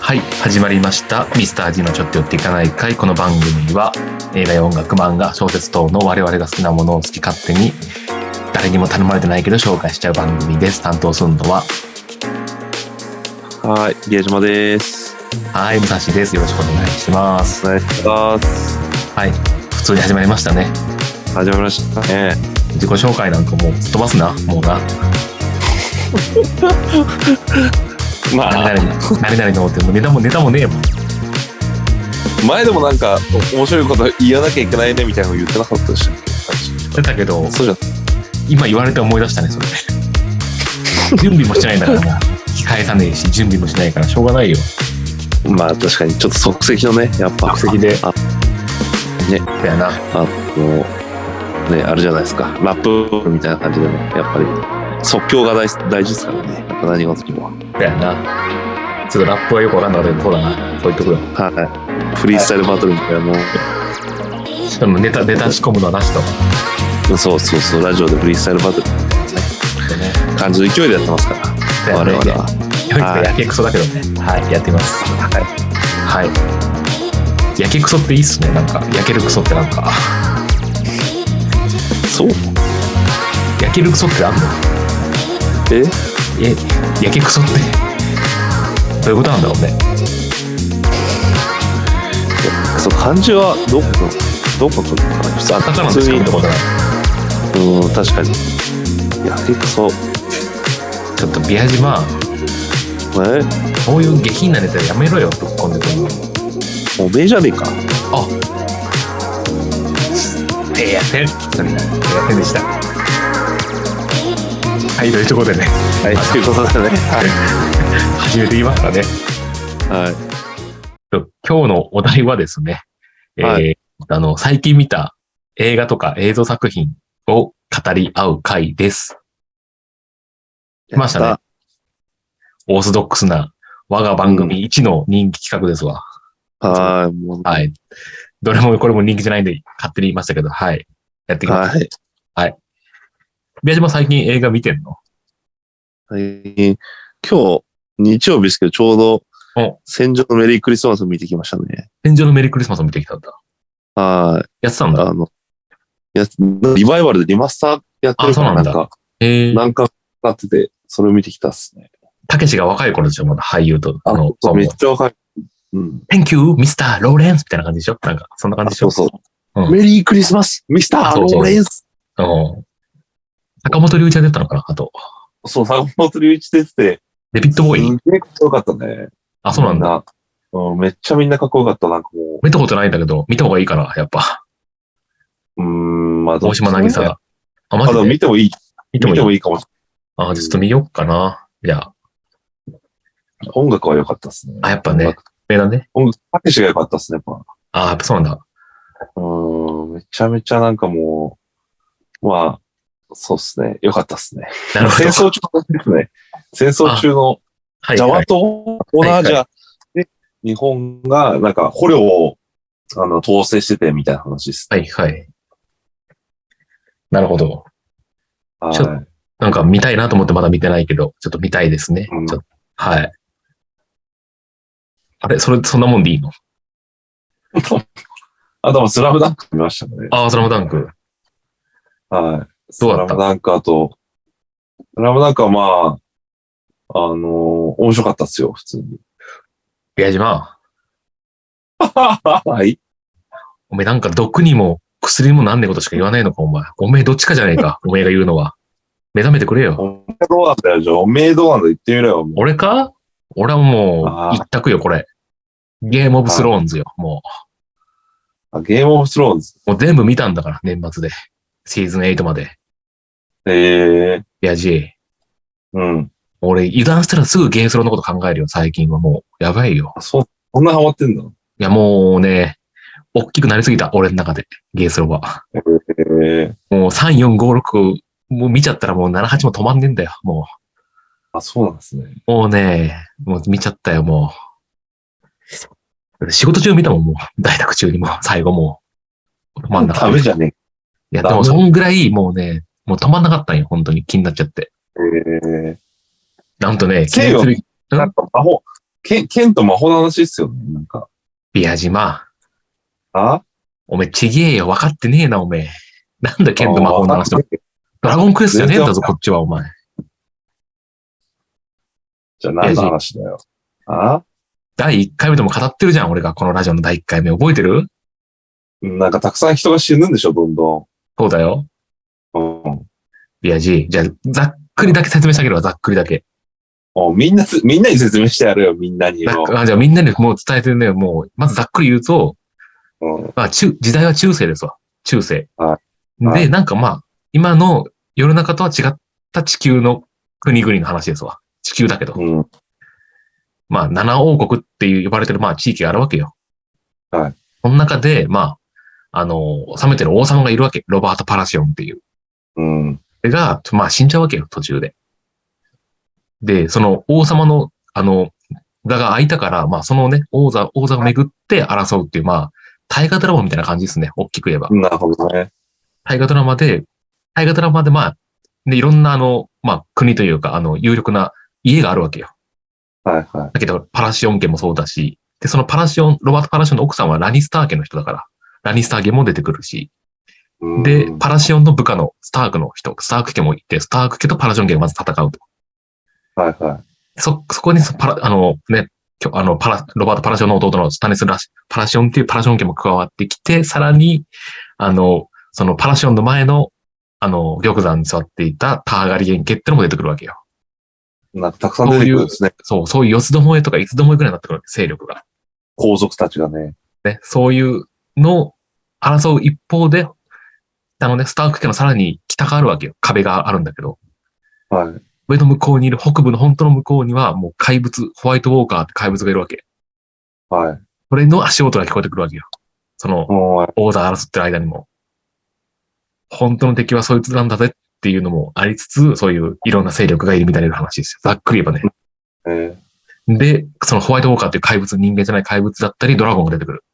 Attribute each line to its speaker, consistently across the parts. Speaker 1: はい始まりました「ミスター d のちょっと寄っていかない会」この番組は映画や音楽漫画小説等の我々が好きなものを好き勝手に誰にも頼まれてないけど紹介しちゃう番組です担当するのは
Speaker 2: はい、宮島です。
Speaker 1: はい武蔵ですよろしくお願いします
Speaker 2: お願いします。
Speaker 1: はい普通に始まりましたね
Speaker 2: 始まりましたね。
Speaker 1: 自己紹介なんかもうすっ飛ばすなもうな
Speaker 2: まあ、
Speaker 1: 誰々に誰々のってもうネタもネタもねえもん
Speaker 2: 前でもなんか、面白いこと言わなきゃいけないねみたいなの言ってなかったでしたっけ最
Speaker 1: だったけど
Speaker 2: 初そうじゃん。
Speaker 1: 今言われて思い出したねそれ 準備もしてないんだからもう引き返さねえし準備もしないからしょうがないよ
Speaker 2: まあ確かに、ちょっと即席のね、やっぱ。
Speaker 1: 即席で
Speaker 2: あ、
Speaker 1: だよな
Speaker 2: あの、ね、あれじゃないですか。ラップみたいな感じでも、やっぱり、即興が大大事ですからね。やっぱ何事にも。
Speaker 1: だよなちょっとラップはよくわかんなかったけどそうだなそういうところ
Speaker 2: はい。フリースタイルバトルみたいなの
Speaker 1: でもネタネタ仕込むのはなしと
Speaker 2: そうそうそう、ラジオでフリースタイルバトルみ
Speaker 1: でね
Speaker 2: たいな感じの勢いでやってますから。
Speaker 1: だよ
Speaker 2: 我
Speaker 1: ね
Speaker 2: 々は。
Speaker 1: 唯一がやけくそだけどねはいやってます
Speaker 2: はい。
Speaker 1: はいやけくそっていいっすねなんかやけるくそってなんか
Speaker 2: そう
Speaker 1: やけるくそってあんの
Speaker 2: え
Speaker 1: えやけくそってどういうことなんだろうね
Speaker 2: そう漢字はどこどこ書くのかな普通あ
Speaker 1: カタカナで使うってことなの
Speaker 2: うん確かにいや結構そう
Speaker 1: ちょっとビア島
Speaker 2: え
Speaker 1: そういう下品なネタやめろよぶっ込んでくるの
Speaker 2: おめえじゃねえか
Speaker 1: あ手やせんそれ手やせんでしたはいというところでね
Speaker 2: はいということでね
Speaker 1: 始めていきますかね
Speaker 2: はい
Speaker 1: 今日のお題はですね、
Speaker 2: は
Speaker 1: えー、あの最近見た映画とか映像作品を語り合う回です来ましたね
Speaker 2: やっ
Speaker 1: オーソドックスな我が番組一の人気企画ですわ、
Speaker 2: たはいもう
Speaker 1: はいどれもこれも人気じゃないんで勝手に言いましたけどはいやっていきます
Speaker 2: はい
Speaker 1: 宮島最近映画見てんの
Speaker 2: はい今日日曜日ですけどちょうど
Speaker 1: お
Speaker 2: 戦場のメリークリスマス見てきましたね
Speaker 1: 天井のメリークリスマスを見てきたんだ。
Speaker 2: はい
Speaker 1: やってたんだ。
Speaker 2: あのやつリバイバルでリマスターやってるから
Speaker 1: あそう
Speaker 2: な
Speaker 1: なんんだ
Speaker 2: か
Speaker 1: えー、
Speaker 2: なんかかかっててそれを見てきたっすね
Speaker 1: たけしが若い頃でしょ、まだ俳優と。あの、そう
Speaker 2: めっちゃ若いうん、
Speaker 1: Thank you, Mr. ローレンスみたいな感じでしょなんか、そんな感じでし
Speaker 2: そ
Speaker 1: ょ
Speaker 2: うそう、
Speaker 1: うん
Speaker 2: メリークリスマスミスタ
Speaker 1: あ
Speaker 2: ー
Speaker 1: そ
Speaker 2: ロ
Speaker 1: うそう
Speaker 2: ーレンス
Speaker 1: うん坂本龍一が出たのかなあと。
Speaker 2: そう、坂本龍一出てて、
Speaker 1: デビッドボーイ
Speaker 2: すげえかっこよかったね。
Speaker 1: あ、そうなんだ。
Speaker 2: だ。うん、めっちゃみんなかっこよかった。なんかも
Speaker 1: 見たことないんだけど、見た方がいいかな、やっぱ。
Speaker 2: う、うーん、まあ、
Speaker 1: 大島渚
Speaker 2: が。
Speaker 1: が。あ、
Speaker 2: ま
Speaker 1: マ
Speaker 2: だ
Speaker 1: ジで
Speaker 2: 見てもいい。
Speaker 1: 見
Speaker 2: 見
Speaker 1: てもい
Speaker 2: て
Speaker 1: い
Speaker 2: もいいかもし
Speaker 1: あ、じゃあちょっと見よっかな。いや、
Speaker 2: れない。音楽は良かったですね。
Speaker 1: あやっぱね
Speaker 2: 音楽。
Speaker 1: 映画ね。
Speaker 2: 音楽、たけしが良かったですね、やっ
Speaker 1: あ、やっぱそうなんだ。
Speaker 2: ぱ。うーん、めちゃめちゃなんかもう、まあ、そうですね。良かったですね。
Speaker 1: なるほ
Speaker 2: 戦
Speaker 1: ど。
Speaker 2: 争中のですね。戦争中の
Speaker 1: はい。
Speaker 2: ジャ
Speaker 1: は
Speaker 2: ワ
Speaker 1: い
Speaker 2: 島、東南アジアで日本がなんか捕虜をあの統制しててみたいな話です。
Speaker 1: はい、はい。なるほど。
Speaker 2: はい
Speaker 1: ちょっなんか見たいなと思ってまだ見てないけど、ちょっと見たいですね。
Speaker 2: うん
Speaker 1: ちょっとはい。あれそれ、そんなもんでいいの
Speaker 2: あとはスラムダンク見ましたね。
Speaker 1: ああ、スラムダンク。
Speaker 2: はい。ス
Speaker 1: どうだ
Speaker 2: ラ
Speaker 1: った
Speaker 2: ムダンクあと、スラムダンクはまあ、あのー面白かったっすよ、普通に。
Speaker 1: 宮島、
Speaker 2: はい。
Speaker 1: おめえなんか毒にも薬にもなんねえことしか言わないのか、お前。おめえどっちかじゃねえ か、おめえが言うのは。目覚めてくれよ。
Speaker 2: おめえどうなんだよ、じゃあ、おめえどうなんだ言ってみろよ、もう。
Speaker 1: 俺か俺はも
Speaker 2: あ
Speaker 1: う、
Speaker 2: ー
Speaker 1: 一択よ、これ。ゲームオブスローンズよ、も
Speaker 2: あゲームオブスローンズ。
Speaker 1: う。もう全部見たんだから、年末で。シーズン8まで。
Speaker 2: ええ
Speaker 1: いやじ、
Speaker 2: うん。
Speaker 1: 俺油断したらすぐゲースローのこと考えるよ、最近はもう。やばいよ。
Speaker 2: あそう、こんなハマってんだ。
Speaker 1: いや、もうね、大きくなりすぎた、俺の中で、ゲースローは。
Speaker 2: ええ
Speaker 1: もう3、4、5、6、もう見ちゃったらもう7、8も止まんねえんだよ、も
Speaker 2: あ、そうなんですね。
Speaker 1: う。もうね、もう見ちゃったよ、もう。仕事中見たもん、もう。在宅中にもう、最後もう。止まんなかっ
Speaker 2: ダ
Speaker 1: た。
Speaker 2: メ
Speaker 1: い
Speaker 2: じゃね
Speaker 1: や、でもそんぐらい、もうね、もう止まんなかったんよ、本当に気になっちゃって。
Speaker 2: ええ
Speaker 1: なんとね、記
Speaker 2: せよ
Speaker 1: 念すべき
Speaker 2: なんか魔法、剣、剣と魔法の話っすよね。なんか。
Speaker 1: 宮島。
Speaker 2: あ
Speaker 1: おめえちげえよ、分かってねえな、おめえ。なんだ、剣と魔法の話と
Speaker 2: あ
Speaker 1: か。ドラゴンクエストじゃねえんだ
Speaker 2: 全
Speaker 1: ぞ、
Speaker 2: 然
Speaker 1: こっちは、お前。
Speaker 2: じゃあ何の話だよ。あ
Speaker 1: 第1回目でも語ってるじゃん、俺がこのラジオの第1回目。覚えてる
Speaker 2: なんかたくさん人が死ぬんでしょ、どんど
Speaker 1: そうだよ。
Speaker 2: ん。うん。
Speaker 1: ビアジー。じゃあ、ざっくりだけ説明してあげるわ、ざっくりだけ。
Speaker 2: もうみんなす、みんなに説明してやるよ、みんなに
Speaker 1: ざっ
Speaker 2: よ。
Speaker 1: くあじゃあ、みんなにもう伝えてるね。もう、まずざっくり言うと、
Speaker 2: うん。
Speaker 1: まあ、中、時代は中世ですわ。中世。
Speaker 2: はは
Speaker 1: で、
Speaker 2: い
Speaker 1: なんかまあ、今の世の中とは違った地球の国々の話ですわ。地球だけど。
Speaker 2: うん。
Speaker 1: まあ、七王国っていう呼ばれてる、まあ、地域があるわけよ。
Speaker 2: はい。
Speaker 1: その中で、まあ、あの、治めてる王様がいるわけ。ロバート・パラシオンっていう。
Speaker 2: うん。
Speaker 1: それが、まあ、死んじゃうわけよ、途中で。で、その王様の、あの、座が空いたから、まあ、そのね、王座、王座を巡って争うっていう、まあ、大河ドラマみたいな感じですね。大きく言えば。
Speaker 2: なるほどね。
Speaker 1: 大河ドラマで、大河ドラマで、まあ、で、いろんな、あの、まあ、国というか、あの、有力な家があるわけよ。
Speaker 2: はいはい。
Speaker 1: だけど、パラシオン家もそうだし、で、そのパラシオン、ロバート・パラシオンの奥さんはラニスター家の人だから、ラニスター家も出てくるし、
Speaker 2: うん
Speaker 1: で、パラシオンの部下のスタークの人、スターク家もいて、スターク家とパラシオン家がまず戦うと。
Speaker 2: はいは
Speaker 1: そ、そこにそパラ、あの、ね、きょあの、パラ、ロバート・パラシオンの弟のスタネスラシ、パラシオンっていうパラシオン家も加わってきて、さらに、あの、そのパラシオンの前の、あの、玉座に座っていたターガリエン家ってのも出てくるわけよ。
Speaker 2: い。なんかたくさん出てくるんですね。
Speaker 1: そう、そういう四つどもえとか五つどもえぐらいになってくるわけ、勢力が。
Speaker 2: 皇族たちがね。
Speaker 1: ね、そういうのを争う一方で、あのね、スターク家のさらに北があるわけよ。壁があるんだけど。
Speaker 2: はい。
Speaker 1: 上の向こうにいる北部の本当の向こうにはもう怪物、ホワイトウォーカーって怪物がいるわけ。
Speaker 2: はい。
Speaker 1: それの足音が聞こえてくるわけよ。その、
Speaker 2: もう、
Speaker 1: 王座争ってる間にも。本当の敵はそいつなんだぜっていうのもありつつ、そういういろんな勢力が入り乱れる話ですよ。ざっくり言えばね。
Speaker 2: えー、
Speaker 1: で、そのホワイトウォーカーっていう怪物、人間じゃない怪物だったり、ドラゴンが出てくる。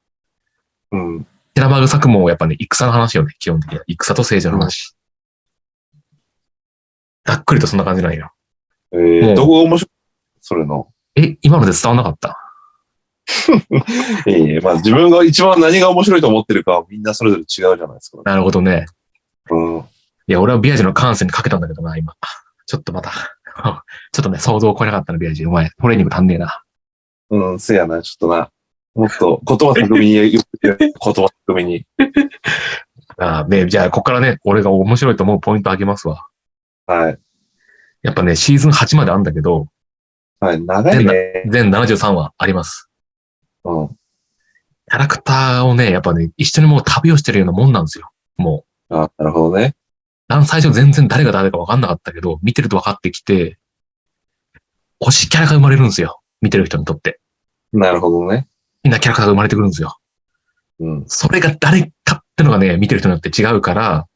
Speaker 2: うん。
Speaker 1: テラマグ作もやっぱね、戦の話よね、基本的には。戦と政治の話。ざっくりとそんな感じなんよ。
Speaker 2: え
Speaker 1: うん
Speaker 2: ー、どこが面白いそれの。
Speaker 1: え、今ので伝わんなかった
Speaker 2: ええまあ自分が一番何が面白いと思ってるかはみんなそれぞれ違うじゃないですか。
Speaker 1: なるほどね。
Speaker 2: うん。はい
Speaker 1: や、俺はビアジの感性にかけたんだけどな、今。ちょっとまた。 ちょっとね、想像を超えなかったな、ビアジ。お前、トレーニング足んねえな。
Speaker 2: い。うん、せやな、ちょっとな。もっと言葉巧みに言ってよ、言葉巧みに。
Speaker 1: あーで、じゃあ、ここからね、俺が面白いと思うポイントあげますわ。
Speaker 2: はい。
Speaker 1: やっぱね、シーズン8まであんだけど、
Speaker 2: はい、長いね。
Speaker 1: 全73話あります。
Speaker 2: うん。
Speaker 1: キャラクターをね、やっぱね、一緒にもう旅をしてるようなもんなんですよ。もう。
Speaker 2: あ、なるほどね。
Speaker 1: あの最初全然誰が誰か分かんなかったけど、見てると分かってきて、推しキャラが生まれるんですよ。見てる人にとって。
Speaker 2: なるほどね。
Speaker 1: みんなキャラクターが生まれてくるんですよ。
Speaker 2: うん。
Speaker 1: それが誰かってのがね、見てる人によって違うから、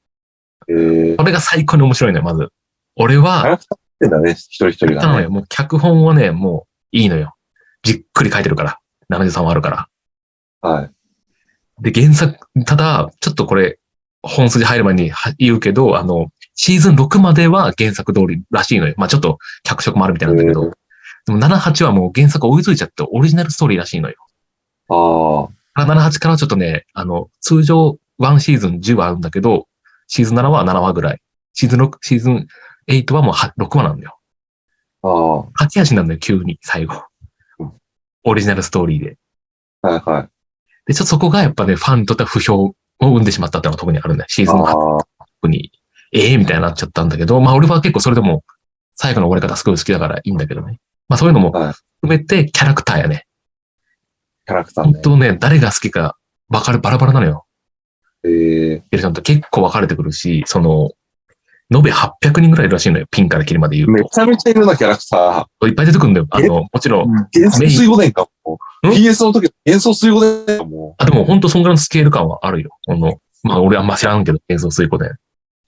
Speaker 2: えー、
Speaker 1: それが最高に面白いのよ、まず。俺
Speaker 2: あ
Speaker 1: は、
Speaker 2: れだね、一人一人
Speaker 1: な
Speaker 2: が
Speaker 1: の
Speaker 2: ね。
Speaker 1: よ、もう脚本はね、もういいのよ。じっくり書いてるから。73はあるから。
Speaker 2: はい。
Speaker 1: で、原作、ただ、ちょっとこれ、本筋入る前には言うけど、あの、シーズン6までは原作通りらしいのよ。まあちょっと脚色もあるみたいなんだけど、
Speaker 2: えー
Speaker 1: でも7、8はもう原作追いついちゃってオリジナルストーリーらしいのよ。
Speaker 2: あ
Speaker 1: 7、8からちょっとね、あの、通常1シーズン10話あるんだけど、シーズン7は7話ぐらい。シーズン6、シーズン8はもうは6話なんだよ。
Speaker 2: あ、ああ、は
Speaker 1: 駆け足なんだよ、急に、最後
Speaker 2: うん。
Speaker 1: オリジナルストーリーで。
Speaker 2: いはい。
Speaker 1: で、ちょっとそこがやっぱね、ファンにとっては不評を生んでしまったってのが特にあるね。シーズン8
Speaker 2: ああ、
Speaker 1: に、ええみたいになっちゃったんだけど、まあ俺は結構それでも、最後の終わり方すごい好きだからいいんだけどね。まあそういうのも
Speaker 2: はい
Speaker 1: 含めてキャラクターやね。
Speaker 2: キャラクター
Speaker 1: 本
Speaker 2: ね。
Speaker 1: 当ね、誰が好きか、わかる、バラバラなのよ。
Speaker 2: えー、
Speaker 1: エルちゃんと結構分かれてくるし、その、延べ800人ぐらいいるらしいのよ。ピンからキリまで言
Speaker 2: め
Speaker 1: う
Speaker 2: ちゃめちゃいるな、キャラクタ
Speaker 1: と。いっぱい出てくるんだよ。あの、もちろん。
Speaker 2: ー。幻想水滸伝かも。
Speaker 1: ん
Speaker 2: PS の時、幻想水滸伝かも。
Speaker 1: あ、でも本当そんぐらいのスケール感はあるよ。この、まあ俺はあんま知らんけど、演奏する子で。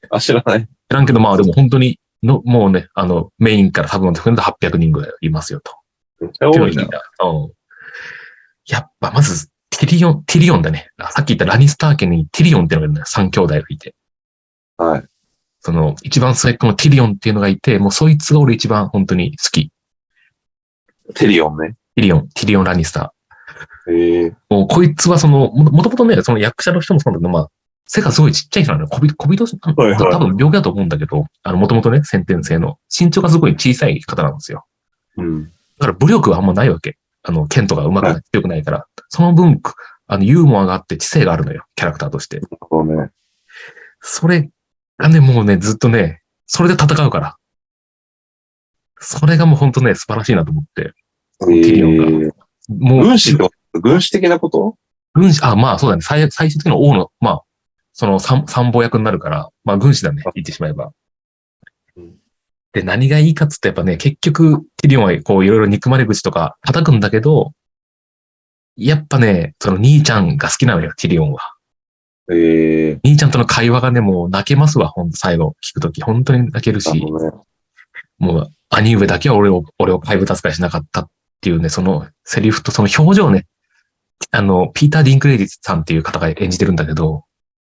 Speaker 1: 知
Speaker 2: あ、知らない。
Speaker 1: らんけど、まあでも本当に、の、もうね、あの、メインから多分含めて800人ぐらいいますよと。
Speaker 2: めっちゃ多い
Speaker 1: テ
Speaker 2: な
Speaker 1: ィ。ロニーがうん。やっぱまず、ティリオン、ティリオンだね。あさっき言ったラニスター家にティリオンっていうのがいるんだよ。3兄弟がいて。
Speaker 2: はい。
Speaker 1: その、一番最高のティリオンっていうのがいて、もうそいつが俺一番本当に好き。テ
Speaker 2: テリオンね。
Speaker 1: ィリオン、ティリオン・ラニスター。
Speaker 2: へえ。
Speaker 1: もうこいつはその、ももともとね、その役者の人もそうなんだけど、まあ、背がすごいちっちゃい人なんだよ。小人、小人なん
Speaker 2: はいはい
Speaker 1: 多分病気だと思うんだけど、あの、もともとね、先天性の。身長がすごい小さい方なんですよ。
Speaker 2: うん。
Speaker 1: だから武力はあんまないわけ。あの、剣とかうまくない、強くないから。その分、あの、ユーモアがあって知性があるのよ。キャラクターとして。
Speaker 2: そうね。
Speaker 1: それがね、もうね、ずっとね、それで戦うから。それがもう本当ね、素晴らしいなと思って。
Speaker 2: へ
Speaker 1: テリオンが
Speaker 2: え。
Speaker 1: もう、
Speaker 2: 軍師ってこと軍師的なこと
Speaker 1: 軍師、あ、まあそうだね。最最終的に王の、まあ、その参参謀役になるから、まあ軍師だね。言ってしまえば
Speaker 2: うん。
Speaker 1: で、何がいいかっつってやっぱね、結局、ティリオンはこういろいろ憎まれ口とか叩くんだけど、やっぱね、その兄ちゃんが好きなのよ、ティリオンは。
Speaker 2: へえ。
Speaker 1: 兄ちゃんとの会話がね、もう泣けますわ、ほんと最後聞くとき。本当に泣ける
Speaker 2: あ
Speaker 1: し、
Speaker 2: のね。
Speaker 1: もう兄上だけは俺を、俺を怪物扱いしなかったっていうね、そのセリフとその表情ね、あの、ピーター・ディンクレイリスさんっていう方が演じてるんだけど、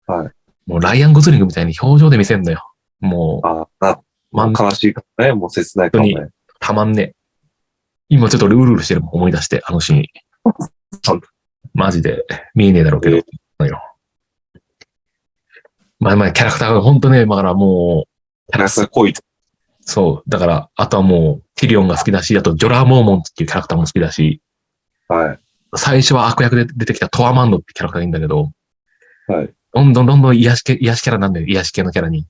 Speaker 2: はい。
Speaker 1: もうライアン・ゴズリングみたいに表情で見せんのよ。もう、
Speaker 2: ああ、
Speaker 1: まん、
Speaker 2: 悲しいからね。もう切ないからね。
Speaker 1: たまんねえ。今ちょっと俺うるうるしてるもん思い出して、あのシーン。 マジで見えねえだろうけど。
Speaker 2: え
Speaker 1: のよまあまあ、キャラクターが本当ね、だからもう、キャラ
Speaker 2: な
Speaker 1: クター
Speaker 2: んか恋と。
Speaker 1: そう。だから、あとはもう、ティリオンが好きだし、あとジョラー・モーモンっていうキャラクターも好きだし、
Speaker 2: はい。
Speaker 1: 最初は悪役で出てきたトアマンドってキャラクターがいいんだけど、
Speaker 2: はい。
Speaker 1: どんどんどんどん癒し系、癒しキャラなんだよ。癒し系のキャラに。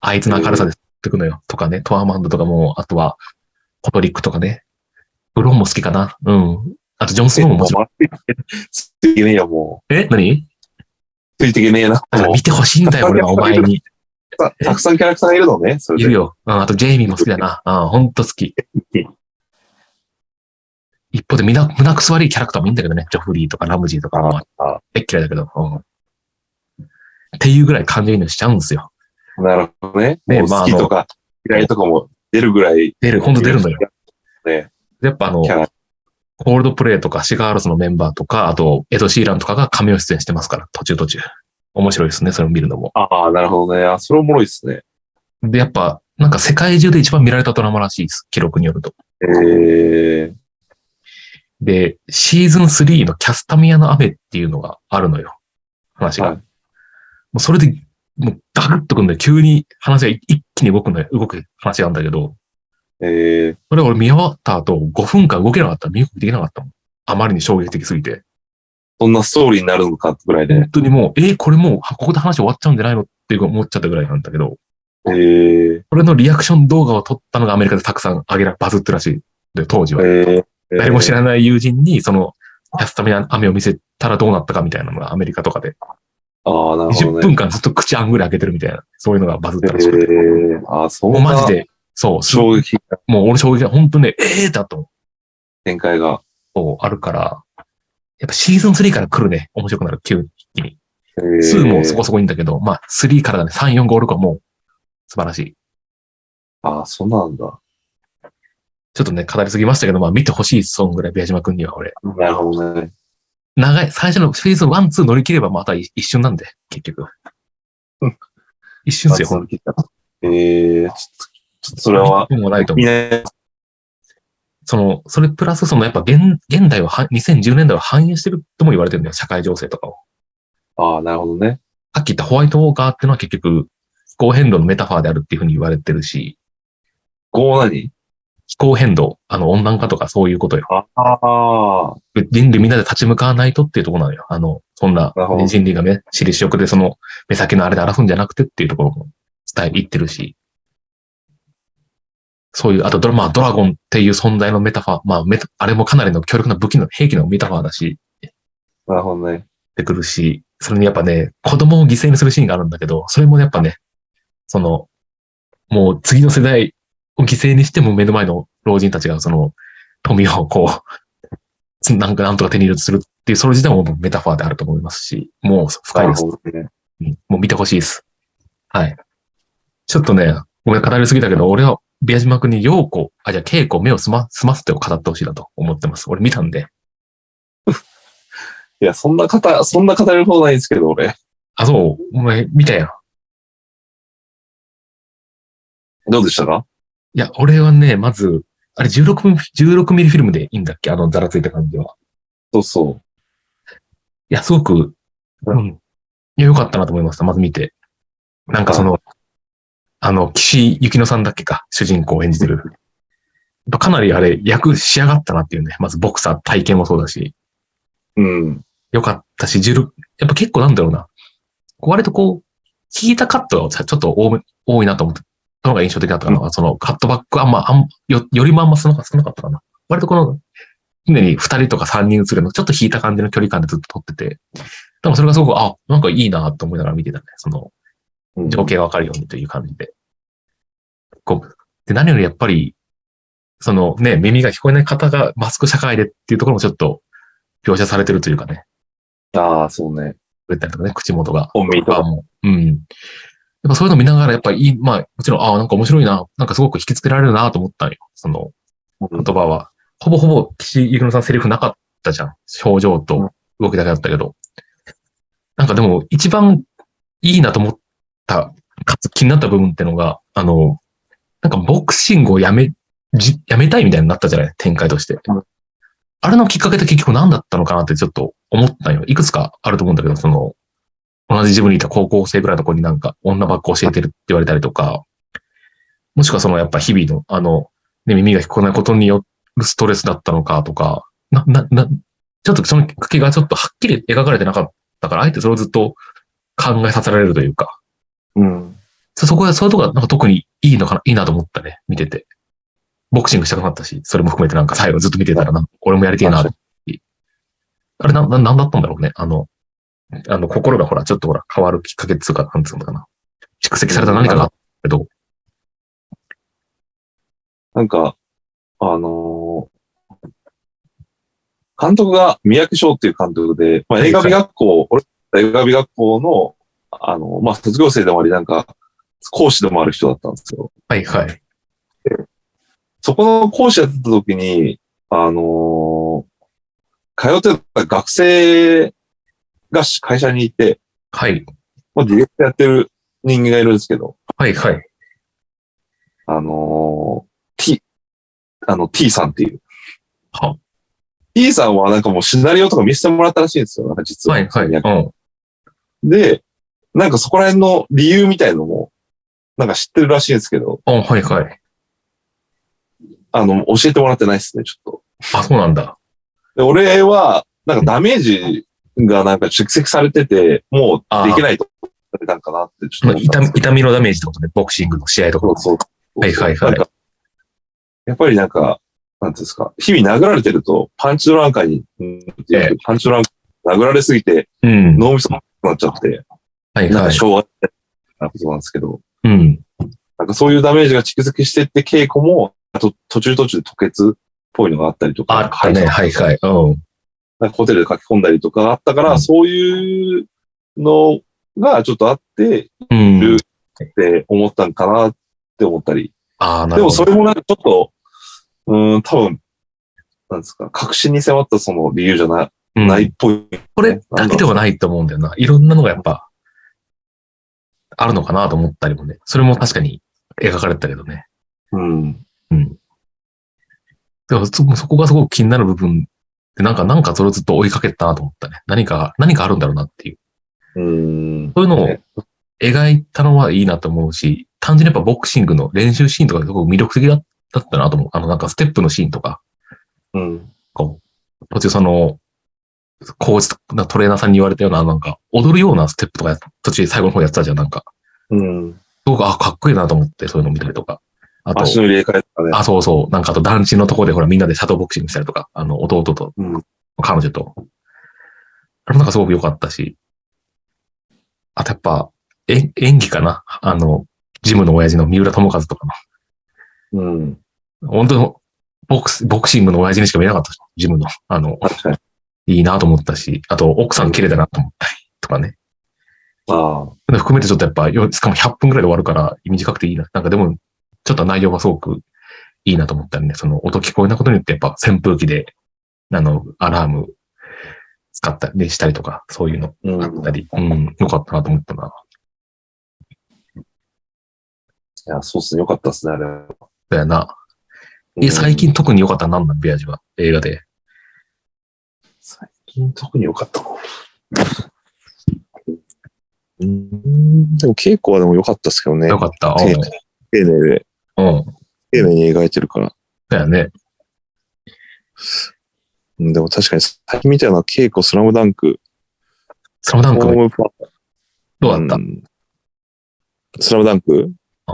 Speaker 1: あいつの明るさで吸ってくのよ。とかね。トアマンドとかも、あとは、コトリックとかね。ブロンも好きかな。うん。あと、ジョン・スノーももちろん。
Speaker 2: う待って。 ついていけねえよ、も
Speaker 1: え何
Speaker 2: う。ついていけねえな。
Speaker 1: だから
Speaker 2: もう
Speaker 1: 見てほしいんだよ、俺は、お前に。
Speaker 2: たたくさんキャラクターがいるのね。そ
Speaker 1: い
Speaker 2: れ
Speaker 1: る
Speaker 2: で。
Speaker 1: よ。うん。あと、ジェイミーも好きだな。うん。ほんと好き。一方で、みな、胸くそ悪いキャラクターもいいんだけどね。ジョフリーとかラムジーとかも。
Speaker 2: あ
Speaker 1: えっ嫌いだけど。うん。っていうぐらい感情移入しちゃうんですよ。
Speaker 2: なるほどね。
Speaker 1: ね
Speaker 2: もう
Speaker 1: まあ
Speaker 2: 好きとか、嫌いとかも出るぐらい。
Speaker 1: 出る、ほんと出るのよ。
Speaker 2: ね。
Speaker 1: やっぱあの
Speaker 2: キ、ャラ。
Speaker 1: コールドプレイとかシガールスのメンバーとか、あと、エド・シーランとかが仮を出演してますから、途中途中。面白いですね、それを見るのも。
Speaker 2: ああ、なるほどね。あ、それおもろいですね。
Speaker 1: で、やっぱ、なんか世界中で一番見られたドラマらしいです、記録によると。
Speaker 2: ええ
Speaker 1: で、シーズン3のキャスタミアの雨っていうのがあるのよ、話が。
Speaker 2: はい
Speaker 1: もうそれで、もうガクッとくんで、急に話が一気に動くのよ、動く話なんだけど、
Speaker 2: ええ
Speaker 1: それ俺見終わった後、5分間動けなかった、身動きできなかったもん。あまりに衝撃的すぎて。
Speaker 2: そんなストーリーになるのかぐらいで
Speaker 1: 本。当にもう、えーこれもう、ここで話終わっちゃうんじゃないのって思っちゃったぐらいなんだけど、
Speaker 2: ええ
Speaker 1: これのリアクション動画を撮ったのがアメリカでたくさん上げら、バズってるらしい。で、当時は。
Speaker 2: ええ
Speaker 1: 誰も知らない友人に、その、キャスタミナ雨を見せたらどうなったかみたいなのがアメリカとかで、
Speaker 2: ああ、なるほ
Speaker 1: 20
Speaker 2: どね。
Speaker 1: 分間ずっと口あんぐらい開けてるみたいな、そういうのがバズったらしくて。
Speaker 2: ええああ、そん
Speaker 1: も
Speaker 2: な
Speaker 1: うマジで、そう、す
Speaker 2: 衝撃的な
Speaker 1: もう俺衝撃だ。本当ね、ええー、だと、
Speaker 2: 展開 が。
Speaker 1: こうあるから、やっぱシーズン3から来るね、面白くなる、急に。
Speaker 2: ええ
Speaker 1: 2もそこそこいいんだけど、まあ3からだね、3、4、5、6はもう、素晴らしい。
Speaker 2: ああ、そうなんだ。
Speaker 1: ちょっとね、語りすぎましたけど、まあ見てほしい、そんぐらい、宮島くんには俺。
Speaker 2: なるほどね。
Speaker 1: 長い、最初のシーズン1、2乗り切ればまた一瞬なんで、結局
Speaker 2: うん。
Speaker 1: 一瞬ですよ、ほんと
Speaker 2: ええちょっと、ちょっとそれは、
Speaker 1: でもないと思う。
Speaker 2: みんな、
Speaker 1: その、それプラス、そのやっぱ現、現代はは、2010年代は反映してるとも言われてるんだよ、社会情勢とかを。
Speaker 2: ああ、なるほどね。
Speaker 1: さっき言ったホワイトウォーカーっていうのは結局、気候変動のメタファーであるっていうふうに言われてるし、
Speaker 2: こう何
Speaker 1: 気候変動、あの、温暖化とかそういうことよ。
Speaker 2: ああ、
Speaker 1: 人類みんなで立ち向かわないとっていうところなのよ。あの、そんな
Speaker 2: なるほど、
Speaker 1: 人類がね、私利私欲でその、目先のあれで争うんじゃなくてっていうところも伝え、言ってるし、そういう、あとドラ、まあ、ドラゴンっていう存在のメタファー、まあ、メタ、あれもかなりの強力な武器の、兵器のメタファーだし、
Speaker 2: なるほどね。
Speaker 1: 出てくるし、それにやっぱね、子供を犠牲にするシーンがあるんだけど、それもやっぱね、その、もう次の世代を犠牲にしても目の前の老人たちがその、富をこう、つなんかなんとか手に入れようとするっていう、それ自体ももうメタファーであると思いますし、もう
Speaker 2: な
Speaker 1: 深い
Speaker 2: る
Speaker 1: です。
Speaker 2: ほどね。
Speaker 1: うんもう見てほしいです。はい。ちょっとね、ごめん、語りすぎたけど、俺は、宮島君に、陽子、あ、じゃあ、稽古、目をすま、すませてを語ってほしいなと思ってます。俺見たんで。
Speaker 2: いや、そんな方、そんな語れる方ないんですけど、俺。
Speaker 1: あ、そう、お前、見たよ。
Speaker 2: どうでしたか
Speaker 1: いや、俺はね、まず、あれ16分、16ミリフィルムでいいんだっけあの、ざらついた感じは。
Speaker 2: そうそう。
Speaker 1: いや、すごく、うん。いや、良かったなと思いました。まず見て。なんかその、あの、岸幸乃さんだっけか、主人公を演じてる。やっぱかなりあれ、役仕上がったなっていうね。まずボクサー体験もそうだし、
Speaker 2: うん。
Speaker 1: 良かったし、16、やっぱ結構なんだろうな。こう割とこう、聞いたカットがちょっと多め多いなと思って、その方が印象的だったのが、そのカットバックあんま、あんよ、よりもあんま少なか少なかったかな。割とこの、常に二人とか三人映るの、ちょっと引いた感じの距離感でずっと撮ってて、でもそれがすごく、あ、なんかいいなと思いながら見てたね。その、
Speaker 2: うん
Speaker 1: 情景がわかるようにという感じで。こう。で、何よりやっぱり、そのね、耳が聞こえない方がマスク社会でっていうところもちょっと描写されてるというかね、
Speaker 2: ああ、そうね。
Speaker 1: 触れたりとかね、口元が。
Speaker 2: コンビニと
Speaker 1: あ
Speaker 2: か。
Speaker 1: もううん。やっぱそういうの見ながら、やっぱりいい、まあ、もちろん、ああ、なんか面白いな、なんかすごく引きつけられるなと思ったんよ。その、
Speaker 2: うん
Speaker 1: 言葉は。ほぼほぼ、岸井ゆくのさんセリフなかったじゃん。表情と動きだけだったけど。なんかでも、一番いいなと思った、かつ気になった部分ってのが、あの、なんかボクシングをやめ、じやめたいみたいになったじゃない展開として
Speaker 2: うん。
Speaker 1: あれのきっかけって結局何だったのかなってちょっと思ったんよ。いくつかあると思うんだけど、その、同じ自分にいた高校生ぐらいの子になんか女ばっか教えてるって言われたりとか、もしくはそのやっぱ日々の、あの、ね、耳が聞こえないことによるストレスだったのかとか、な、な、な、ちょっとそのきっかけがちょっとはっきり描かれてなかったから、あえてそれをずっと考えさせられるというか、
Speaker 2: うん。
Speaker 1: そそこは、そういうとこがなんか特にいいのかな、いいなと思ったね、見てて。ボクシングしたくなったし、それも含めてなんか最後ずっと見てたらなんか、俺もやりてえなって。あれな、な、なんだったんだろうね。あの、あの、心がほら、ちょっとほら、変わるきっかけっつうか、なんつうのかな。蓄積された何かがあったけど、
Speaker 2: なんか、あのー監督が三宅翔っていう監督で、まあ、
Speaker 1: はい
Speaker 2: 映画美学校、俺映画美学校の、あのまあ、卒業生でもあり、なんか、講師でもある人だったんですよ。
Speaker 1: はいはい。
Speaker 2: そこの講師やってた時に、あのー通ってた学生が会社にいて、
Speaker 1: はい。
Speaker 2: まあ、ディレクターやってる人間がいるんですけど、
Speaker 1: はいはい。
Speaker 2: あのー T、あの T さんっていう。
Speaker 1: は、
Speaker 2: T さんはなんかもうシナリオとか見せてもらったらしいんですよ、なんか実は。
Speaker 1: はいはい。うん。
Speaker 2: で、なんかそこら辺の理由みたいのも、なんか知ってるらしいんですけど、
Speaker 1: うん、はいはい。
Speaker 2: あの、教えてもらってないですね、ちょっ
Speaker 1: あ、そうなんだ。
Speaker 2: と。で、俺は、なんかダメージがなんか蓄積されてて、もうできないと思ってたんかなって、ちょっと思っ
Speaker 1: 痛
Speaker 2: たんで
Speaker 1: み
Speaker 2: すけど。
Speaker 1: 痛みのダメージってことね、ボクシングの試合とか。
Speaker 2: そうそう。
Speaker 1: はいはいはい
Speaker 2: なんかやっぱりなんか、なんていうんですか、日々殴られてると、パンチドランカーに、うん
Speaker 1: ええ
Speaker 2: パンチドランカーに殴られすぎて、
Speaker 1: うん。
Speaker 2: 脳みそがなくなっちゃって、
Speaker 1: はい
Speaker 2: なん
Speaker 1: は
Speaker 2: か
Speaker 1: い。
Speaker 2: 昭和みたいなことなんですけど、
Speaker 1: うん。
Speaker 2: なんかそういうダメージが蓄積してって稽古も、あと途中途中で吐血っぽいのがあったりとか、
Speaker 1: あったね、はいはい。うん。
Speaker 2: なんかホテルで書き込んだりとかあったから、
Speaker 1: うん
Speaker 2: そういうのがちょっとあって、
Speaker 1: うん
Speaker 2: ル。って思ったんかなって思ったり、
Speaker 1: ああ、な
Speaker 2: で
Speaker 1: るほど。
Speaker 2: もそれもなんかちょっと、うーん、多分、なんですか、確信に迫ったその理由じゃな,、
Speaker 1: うん
Speaker 2: ないっぽい。
Speaker 1: これだけではないと思うんだよな。いろんなのがやっぱ、あるのかなと思ったりもね。それも確かに描かれてたけどね。
Speaker 2: うん。
Speaker 1: でもそそこがすごく気になる部分で、なんか、なんかそれをずっと追いかけてたなと思ったね。何か、何かあるんだろうなっていう。
Speaker 2: うん。
Speaker 1: そういうのを
Speaker 2: ね
Speaker 1: 描いたのはいいなと思うし、単純にやっぱボクシングの練習シーンとかすごく魅力的だだったなと思う。あの、なんかステップのシーンとか。
Speaker 2: うん。
Speaker 1: こう、途中その、コーチとかトレーナーさんに言われたような、なんか、踊るようなステップとかや、途中最後の方やってたじゃん、なんか。
Speaker 2: うん。
Speaker 1: すごく、あ、かっこいいなと思って、そういうの見たりとか。あと、
Speaker 2: 足の入れ替えとかね。
Speaker 1: あ、そうそう、なんかあと団地のとこでほら、みんなでシャドーボクシングしたりとか、あの、弟と、
Speaker 2: うん
Speaker 1: 彼女と。あれもなんかすごく良かったし。あとやっぱ、え演技かなあの、ジムの親父の三浦智和とか
Speaker 2: うん。
Speaker 1: の。本当に、ボクス、ボクシングの親父にしか見えなかったしジムの、あの、
Speaker 2: 確かに。
Speaker 1: いいなと思ったし、あと奥さん綺麗だなと思ったりとかね。
Speaker 2: ああ。
Speaker 1: 含めてちょっとやっぱ、よしかも100分くらいで終わるから短くていいな。なんかでも、ちょっと内容がすごくいいなと思ったんで、その音聞こえないことによってやっぱ扇風機で、あの、アラーム使ったりしたりとか、そういうの
Speaker 2: う
Speaker 1: あったり、うん、よかったなと思ったな。
Speaker 2: いや、そうっすね。よかったっすね、あれ。
Speaker 1: だよな。
Speaker 2: う
Speaker 1: え、
Speaker 2: ん
Speaker 1: 最近特に良かったのなんなんビアージは。映画で。
Speaker 2: 最近特に良かったな。うーん、でも稽古はでも良かったですけどね
Speaker 1: 良。かった。
Speaker 2: 丁寧丁寧で、
Speaker 1: うん。うん。
Speaker 2: 丁寧に描いてるから。
Speaker 1: だよね。
Speaker 2: うん、でも確かに最近みたいな稽古、スラムダンク、
Speaker 1: スラムダンク
Speaker 2: ホー
Speaker 1: も
Speaker 2: ムパ
Speaker 1: どうだった、
Speaker 2: んスラムダンク
Speaker 1: あ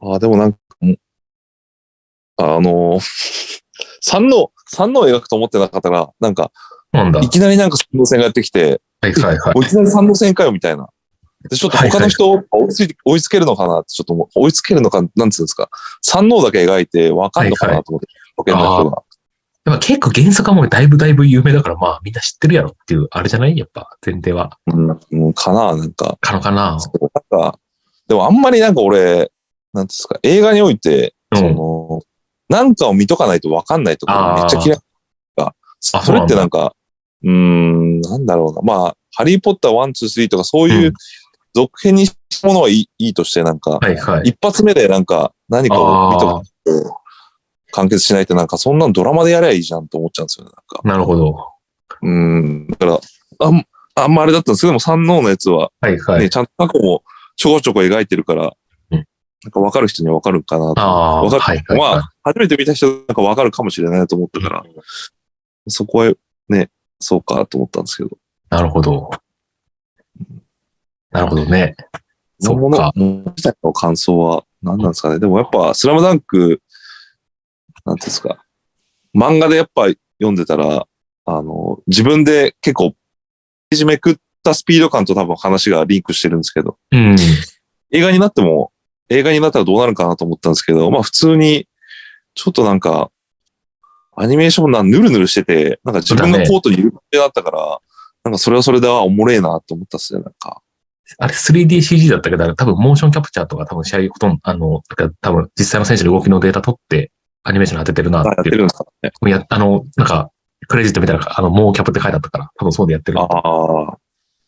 Speaker 2: ああ、でもなんか、んあのー、 三の、三のを描くと思ってなかったら、なんか、
Speaker 1: なんだ
Speaker 2: いきなりなんか三能線がやってきて、
Speaker 1: はいはいはい。
Speaker 2: おいきなり三能線かよ、みたいな。で、ちょっと他の人を追いつい追いつけるのかなって、ちょっと思う追いつけるのか、なんつうんですか。三能だけ描いて、わかんのかなと思って、保険の人が。
Speaker 1: やっぱ結構原作はもうだいぶだいぶ有名だから、まあみんな知ってるやろっていう、あれじゃないやっぱ前提は。
Speaker 2: うん、うんかな、なんか。
Speaker 1: かのかな
Speaker 2: そうなんか、でもあんまりなんか俺、なんていうんですか、映画において、
Speaker 1: うん
Speaker 2: その、なんかを見とかないとわかんないとか
Speaker 1: あー
Speaker 2: めっちゃ嫌いが。
Speaker 1: あ
Speaker 2: それってなんか、うーん、なんだろうな。まあ、ハリーポッター1、2、3とかそういううん続編にしたものはいい,、いいとして、なんか、
Speaker 1: はいはい。
Speaker 2: 一発目でなんか何かを見とかないと完結しないってなんかそんなんドラマでやりゃいいじゃんと思っちゃうんですよね、なんか。
Speaker 1: なるほど。
Speaker 2: うん、だから、あん、あんまあれだったんですけどでも、三能のやつは、
Speaker 1: はいはい。
Speaker 2: ね、ちゃんと過去もちょこちょこ描いてるから、
Speaker 1: うん
Speaker 2: なんか分かる人には分かるかなと。
Speaker 1: ああ
Speaker 2: わ
Speaker 1: ー、
Speaker 2: かる
Speaker 1: はいはい、はい
Speaker 2: まあ、初めて見た人なんか分かるかもしれないと思ったから、そこはね、そうかと思ったんですけど。
Speaker 1: なるほど。なるほどね。そ
Speaker 2: も
Speaker 1: うか。
Speaker 2: のもの自体の感想は何なんですかね。でもやっぱ、スラムダンク、なんていうんですか、漫画でやっぱ読んでたら、あの、自分で結構、ページめくったスピード感と多分話がリンクしてるんですけど、
Speaker 1: うん。
Speaker 2: 映画になっても、映画になったらどうなるかなと思ったんですけど、まあ普通に、ちょっとなんか、アニメーションな、ぬるぬるしてて、なんか自分がコートにいるってなったから、なんかそれはそれではおもれえなと思ったっすね、なんか。
Speaker 1: あれ 3DCG だったけど、多分モーションキャプチャーとか多分試合ほとんど、あの、だから多分実際の選手の動きのデータ取ってアニメーション当ててるな
Speaker 2: あやっ
Speaker 1: ってていう。
Speaker 2: るんですかね。
Speaker 1: いや、あの、なんか、クレジット見たら、あの、モーキャプって書いてあったから、多分そうでやってる。
Speaker 2: ああ。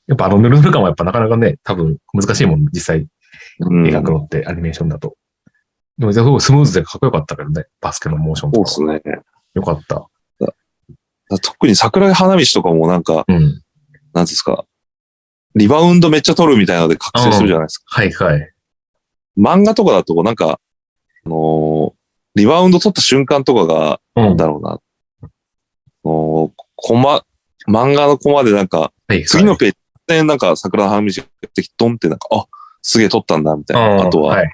Speaker 1: やっぱあの、ぬるぬる感はやっぱなかなかね、多分難しいもん、実際
Speaker 2: うん。
Speaker 1: 描くのってアニメーションだと。でも、すごいスムーズでかっこよかったけどね、バスケのモーション
Speaker 2: そ
Speaker 1: と
Speaker 2: うっ
Speaker 1: か。
Speaker 2: すね。だか
Speaker 1: よかった。
Speaker 2: ら特に桜木花道とかもなんか、
Speaker 1: うん。
Speaker 2: なんですか、リバウンドめっちゃ取るみたいなので覚醒するじゃないですか。
Speaker 1: はいはい。
Speaker 2: 漫画とかだと、なんか、あのーリバウンド取った瞬間とかが、
Speaker 1: うん。
Speaker 2: なんだろうな。おコマ、漫画のコマでなんか、
Speaker 1: はいはい
Speaker 2: 次のページでなんか桜の花道がやってきて、ドンってなんか、あ、すげえ撮ったんだ、みたいな。
Speaker 1: うん
Speaker 2: あとは、
Speaker 1: い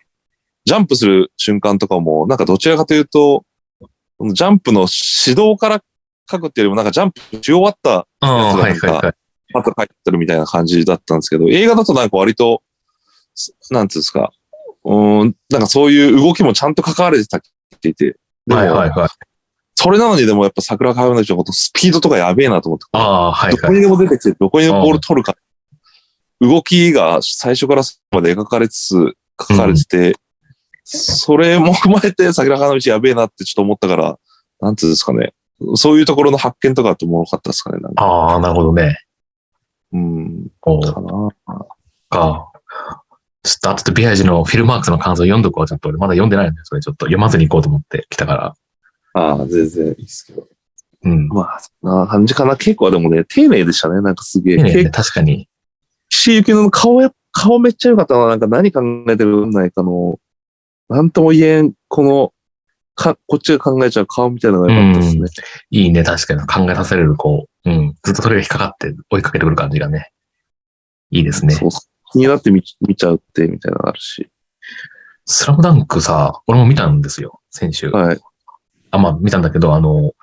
Speaker 2: ジャンプする瞬間とかも、なんかどちらかというと、ジャンプの指導から書くっていうよりも、なんかジャンプし終わった
Speaker 1: うん
Speaker 2: やつ
Speaker 1: は
Speaker 2: がないんか
Speaker 1: はいはい。
Speaker 2: あと書いてるみたいな感じだったんですけど、映画だとなんか割と、すなんていうんですか、うーん、なんかそういう動きもちゃんと関われてたっていて、でも
Speaker 1: はいはいはい。
Speaker 2: それなのにでもやっぱ桜川の人のことスピードとかやべえなと思って、
Speaker 1: ああー、はい
Speaker 2: どこ
Speaker 1: は
Speaker 2: に
Speaker 1: い。
Speaker 2: でも出てきて、どこにでもボール取るか。動きが最初から最後まで描かれつつ、描かれてて、それも踏まえて桜川の道やべえなってちょっと思ったから、なんていうんですかね。そういうところの発見とかってもろかったですかね。なんか
Speaker 1: ああ、なるほどね。
Speaker 2: うん、
Speaker 1: おう
Speaker 2: かな。
Speaker 1: か。ちょっと後でビアージのフィルマークスの感想読んどくわ。ちょっと俺まだ読んでないんで、それちょっと読まずに行こうと思って来たから。
Speaker 2: ああ、全然いいですけど。
Speaker 1: うん。
Speaker 2: まあ、そんな感じかな。稽古はでもね、丁寧でしたね。なんかすげえ。
Speaker 1: いいね
Speaker 2: 稽、
Speaker 1: 確かに。
Speaker 2: 岸ゆきの顔や、顔めっちゃ良かったな。なんか何考えてるんないかの、なんとも言えん、この、か、こっちが考えちゃう顔みたいなのが良かったですね。
Speaker 1: いいね、確かに。考えさせれる、こう。うん。ずっとそれが引っかかって追いかけてくる感じがね。いいですね。
Speaker 2: そうそう気になって見見ちゃうって、みたいなのあるし。
Speaker 1: スラムダンクさ、俺も見たんですよ、先週。
Speaker 2: はい。
Speaker 1: あ、まあ見たんだけど、あの、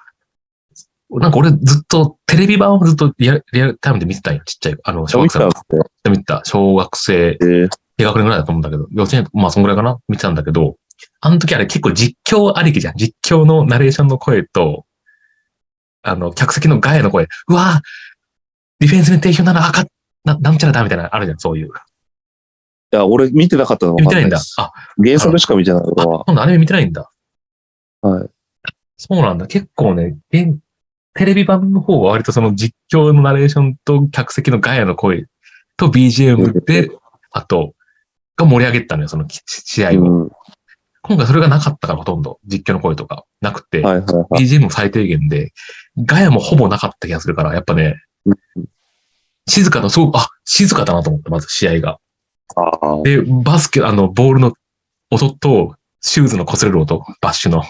Speaker 1: なんか俺ずっとテレビ版をずっとリアルリアルタイムで見てたんよ、ちっちゃい。あの、小
Speaker 2: 見
Speaker 1: 学生
Speaker 2: たん
Speaker 1: の
Speaker 2: ですね。
Speaker 1: 時見てた。小学生
Speaker 2: えー
Speaker 1: 低学年ぐらいだと思うんだけど、幼稚園、まあそんぐらいかな見てたんだけど、あの時あれ結構実況ありきじゃん。実況のナレーションの声と、あの、客席のガヤの声、うわぁディフェンスに定評なら赤、な、なんちゃらだみたいなのあるじゃん、そういう。
Speaker 2: いや、俺見てなかったのが
Speaker 1: 見
Speaker 2: 分か
Speaker 1: てないん
Speaker 2: で
Speaker 1: だ
Speaker 2: す。
Speaker 1: あ、
Speaker 2: 原作しか見てないの
Speaker 1: あ、
Speaker 2: は。
Speaker 1: 今度アニメ見てないんだ。
Speaker 2: はい。
Speaker 1: そうなんだ。結構ね、現テレビ版の方は割とその実況のナレーションと客席のガヤの声と BGM で、あと、が盛り上げたのよ、そのき試合を。
Speaker 2: うん
Speaker 1: 今回それがなかったから、ほとんど。実況の声とか。なくて、
Speaker 2: はいはいはい。
Speaker 1: BGM も最低限で、ガヤもほぼなかった気がするから、やっぱね
Speaker 2: う、
Speaker 1: 静かだ、そう、あ、静かだなと思った、まず試合が。
Speaker 2: ああ。
Speaker 1: で、バスケ、あの、ボールの音と、シューズの擦れる音、バッシュの。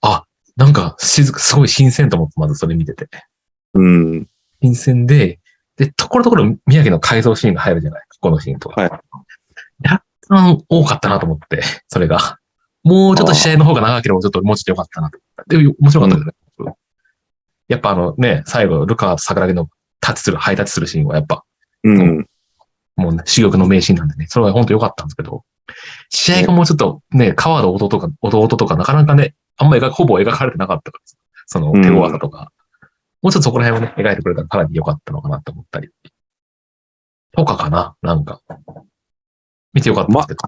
Speaker 1: あ、なんか、静か、すごい新鮮と思って、まずそれ見てて。
Speaker 2: うん。
Speaker 1: 新鮮で、で、ところどころ宮城の改造シーンが入るじゃないここのシーンとか。
Speaker 2: はい
Speaker 1: 若干多かったなと思って、それが。もうちょっと試合の方が長ければちょっともうちょっと良かったなと思った。で、面白かったけどね。やっぱあのね、最後、ルカと桜木のタッチする、ハイタッチするシーンはやっぱ、
Speaker 2: うん。
Speaker 1: もうね、主玉の名シーンなんでね、それは本当良かったんですけど、試合がもうちょっとね、川の弟とか、弟とかなかなかね、あんま描かほぼ描かれてなかったから、その手強さとか、もうちょっとそこら辺をね、描いてくれたらかなり良かったのかなって思ったり。とかかななんか。見てよかったんですけど。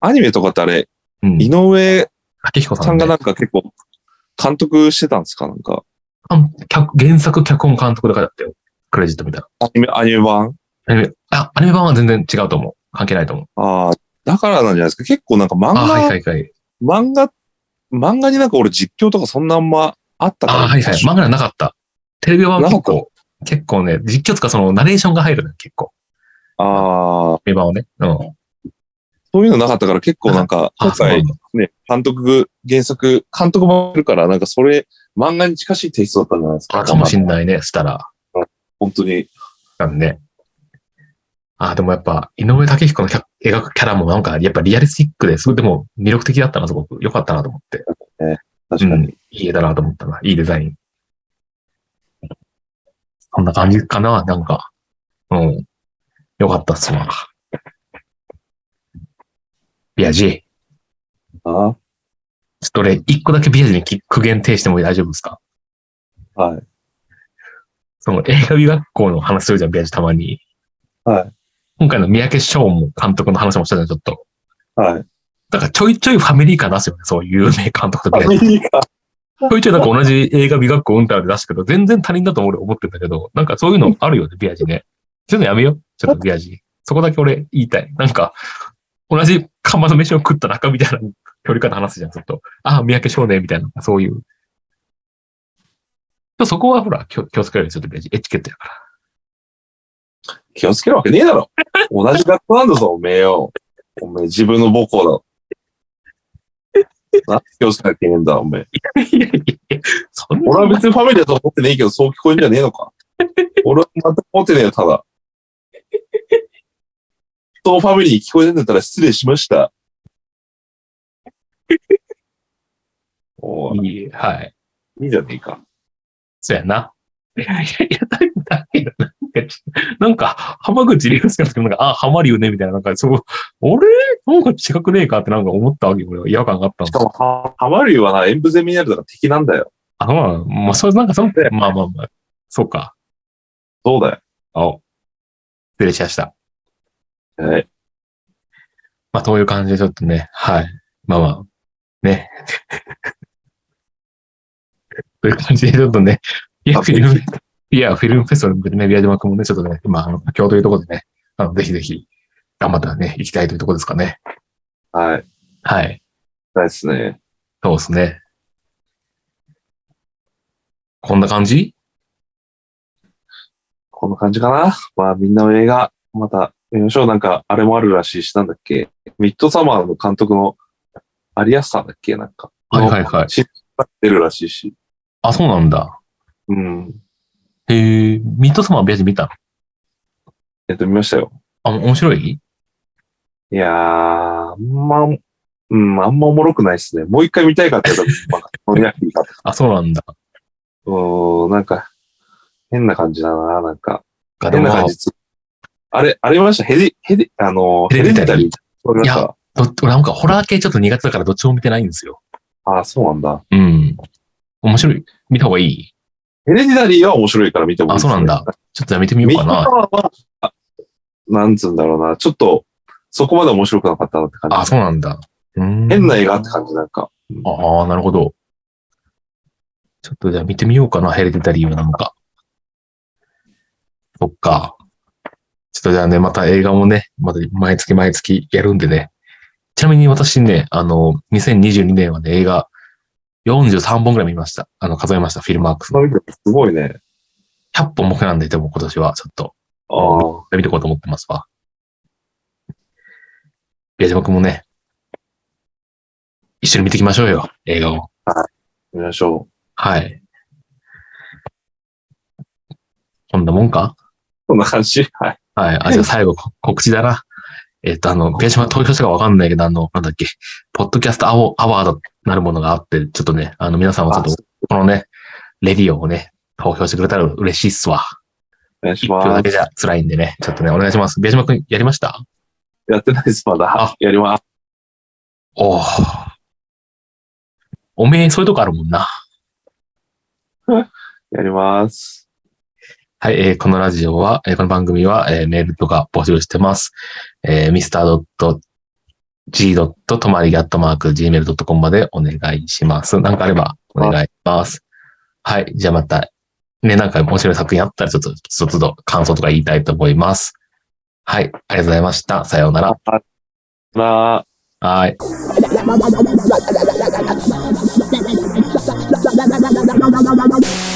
Speaker 2: アニメとかってあれ、
Speaker 1: うん。
Speaker 2: 井上
Speaker 1: 竹彦さ
Speaker 2: さ
Speaker 1: ん
Speaker 2: んが
Speaker 1: が、
Speaker 2: なんか結構、監督してたんですかなんか、
Speaker 1: 脚原作、脚本、監督で書いてあったよ。クレジット見たら。
Speaker 2: アニメ、アニメ版
Speaker 1: アニメ、あ、アニメ版は全然違うと思う。関係ないと思う。
Speaker 2: ああ、だからなんじゃないですか。結構なんか漫
Speaker 1: あ、はい
Speaker 2: 画、
Speaker 1: はいはい。
Speaker 2: 漫画、漫画になんか俺実況とかそんなあんまあったから。
Speaker 1: あ、はいはい。漫画ではなかった。テレビ版は結
Speaker 2: な
Speaker 1: 構、結構ね、実況とかそのナレーションが入るのよ結構。
Speaker 2: ああ、
Speaker 1: テレビ版をね。うん。
Speaker 2: そういうのなかったから結構なんか、今
Speaker 1: あ、そうなん
Speaker 2: 回
Speaker 1: だ。
Speaker 2: ね、監督、原作、監督もいるから、なんかそれ、漫画に近しいテイストだったんじゃないですか。
Speaker 1: あかもしん
Speaker 2: い。
Speaker 1: ないね、したら。
Speaker 2: 本当に。
Speaker 1: なんで。あ、でもやっぱ、井上武彦のキャ描くキャラもなんか、やっぱリアリスティックですごい、でも魅力的だったな、すごく。良かったなと思って。
Speaker 2: 確か
Speaker 1: うん
Speaker 2: に。
Speaker 1: いい絵だなと思ったな。いいデザイン。そんな感じかな、なんか。うん。良かったっすわ。ビアジー。
Speaker 2: あ
Speaker 1: ちょっと俺、一個だけビアジにき苦言呈しても大丈夫ですか
Speaker 2: あはい。
Speaker 1: その映画美学校の話するじゃん、ビアジたまに。
Speaker 2: はい。
Speaker 1: 今回の三宅翔も監督の話もしたじゃん、ちょっと。
Speaker 2: はい。
Speaker 1: だからちょいちょいファミリー感出すよね、そういう有名監督とビアジ。
Speaker 2: リカ。
Speaker 1: ちょいちょいなんか同じ映画美学校うんたらで出すけど、全然他人だと俺思ってんだけど、なんかそういうのあるよね、ビアジね。そういうのやめよう、ちょっとビアジ。そこだけ俺言いたい。なんか、同じ釜の飯を食った仲みたいな距離感の話すじゃん、ちょっと。ああ、三宅少年みたいな、そういう。そこはほら、気を気をつけるようにちょっとビアジ。エチケットやから。
Speaker 2: 気をつけるわけねえだろ。同じ学校なんだぞ、おめえよ。おめえ自分の母校だ。な、 気をつけなきゃいけねえんだ、おめえ。
Speaker 1: いやいやいや、そんな。
Speaker 2: 俺は別にファミリーだと思ってねえけど、そう聞こえんじゃねえのか。俺は全く思ってねえよ、ただ。そうファミリーに聞こえてんだったら失礼しました。おい、
Speaker 1: いいはい。
Speaker 2: いいじゃねえか。
Speaker 1: そうやな。いやいやいや、だけど、なんか、なんか、浜口竜介の時もなんか、あ、浜竜ね、みたいな、なんか、そう、俺、なんか違くねえかってなんか思ったわけよ、俺は違和感があったん
Speaker 2: し
Speaker 1: で
Speaker 2: か
Speaker 1: す
Speaker 2: も、ハハマリューはな、演武ゼミナルだから敵なんだよ。
Speaker 1: あ、まあ、まあ、それなんか、その、まあまあまあ、そうか。
Speaker 2: そうだよ。
Speaker 1: あお。失礼しました。
Speaker 2: はい。
Speaker 1: まあ、そういう感じでちょっとね、はい。まあまあ、ね。 という感じでちょっとね、いや、
Speaker 2: あ
Speaker 1: フィルム、いや、フィルムフェストのね、宮島君もね、ちょっとね、今、あの、今日というところでね、あの、ぜひぜひ、頑張ってね、行きたいというところですかね。
Speaker 2: はい。
Speaker 1: はい。
Speaker 2: ないっすね。
Speaker 1: そうですね。こんな感じ
Speaker 2: こんな感じかな。まあみんなの映画、また見ましょう。なんか、あれもあるらしいし、なんだっけ。ミッドサマーの監督のアリアスさんだっけなんか。
Speaker 1: はいはいはい。
Speaker 2: 新作が出るらしいし。
Speaker 1: あ、そうなんだ。
Speaker 2: うん。
Speaker 1: へえ、ミッドサマービアジ見たの
Speaker 2: えっと、見ましたよ。
Speaker 1: あ、面白い
Speaker 2: いやー、あんま、うん、あんまおもろくないっすね。もう一回見たいかって言ったら、まあ、この役にか
Speaker 1: あ、そうなんだ。
Speaker 2: うん、なんか、変な感じだな、なんか。
Speaker 1: がで
Speaker 2: 変
Speaker 1: も
Speaker 2: な感じ。あれ、あれ見ましたヘデ、ヘデ、あの、
Speaker 1: ヘ
Speaker 2: ヘ
Speaker 1: レデ
Speaker 2: レデ
Speaker 1: ィ
Speaker 2: ィ
Speaker 1: タ
Speaker 2: タ
Speaker 1: リー
Speaker 2: リー。それさ、
Speaker 1: どっ俺なんかホラー系ちょっと苦手だからどっちも見てないんですよ。
Speaker 2: ああ、そうなんだ。
Speaker 1: うん。面白い。見た方がいい
Speaker 2: ヘレディタリーは面白いから見てもいい
Speaker 1: あ、
Speaker 2: です
Speaker 1: そう
Speaker 2: ね
Speaker 1: なんだ。。ちょっとやめてみよ
Speaker 2: ミ
Speaker 1: うか
Speaker 2: ッド
Speaker 1: な
Speaker 2: タ。ワーは、なんつうんだろうな、ちょっと、そこまで面白くなかったなって感じ。
Speaker 1: あ、そうなんだ。うーん
Speaker 2: 変な映画って感じ、なんか。
Speaker 1: ああ、なるほど。ちょっとじゃあ見てみようかな、ヘレディタリーはなんか。そっか。ちょっとじゃあね、また映画もね、また毎月毎月やるんでね。ちなみに私ね、あの、2022年はね、映画43本ぐらい見ました。あの、数えました、フィルマークス。
Speaker 2: すごいね。
Speaker 1: 100本目標なんで、でも今年はちょっと
Speaker 2: ああ。
Speaker 1: 見てこうと思ってますわ。矢島くんもね、一緒に見てきましょうよ、映画を。
Speaker 2: 見ましょう。
Speaker 1: はい。こんなもんか
Speaker 2: こんな感じ。 はい。
Speaker 1: はい。あ、じゃあ最後、こ告知だな。えっ、と、あの、ページマ投票したかわかんないけど、あの、なんだっけ、ポッドキャストアワアワードなるものがあって、ちょっとね、あの、皆さんはちょっと、このね、レディオをね、投票してくれたら嬉しいっすわ。
Speaker 2: お願いし
Speaker 1: 一票
Speaker 2: ま
Speaker 1: だけ
Speaker 2: す。
Speaker 1: じゃ辛いんでね、ちょっとね、お願いします。ページマくん、やりました
Speaker 2: やってないです、ま
Speaker 1: あ
Speaker 2: だ。やります。
Speaker 1: おお。おめえ、そういうとこあるもんな。
Speaker 2: やります。
Speaker 1: はい、えーこのラジオは、えーこの番組は、えーメールとか募集してます。えー、mr.g.tomari.gmail.com までお願いします。なんかあればお願いします。はい、じゃあまた、ね、なんか面白い作品あったら、ちょっと、ちょっと感想とか言いたいと思います。はい、ありがとうございました。さようなら。
Speaker 2: あなあ。
Speaker 1: はい。
Speaker 3: Thank you.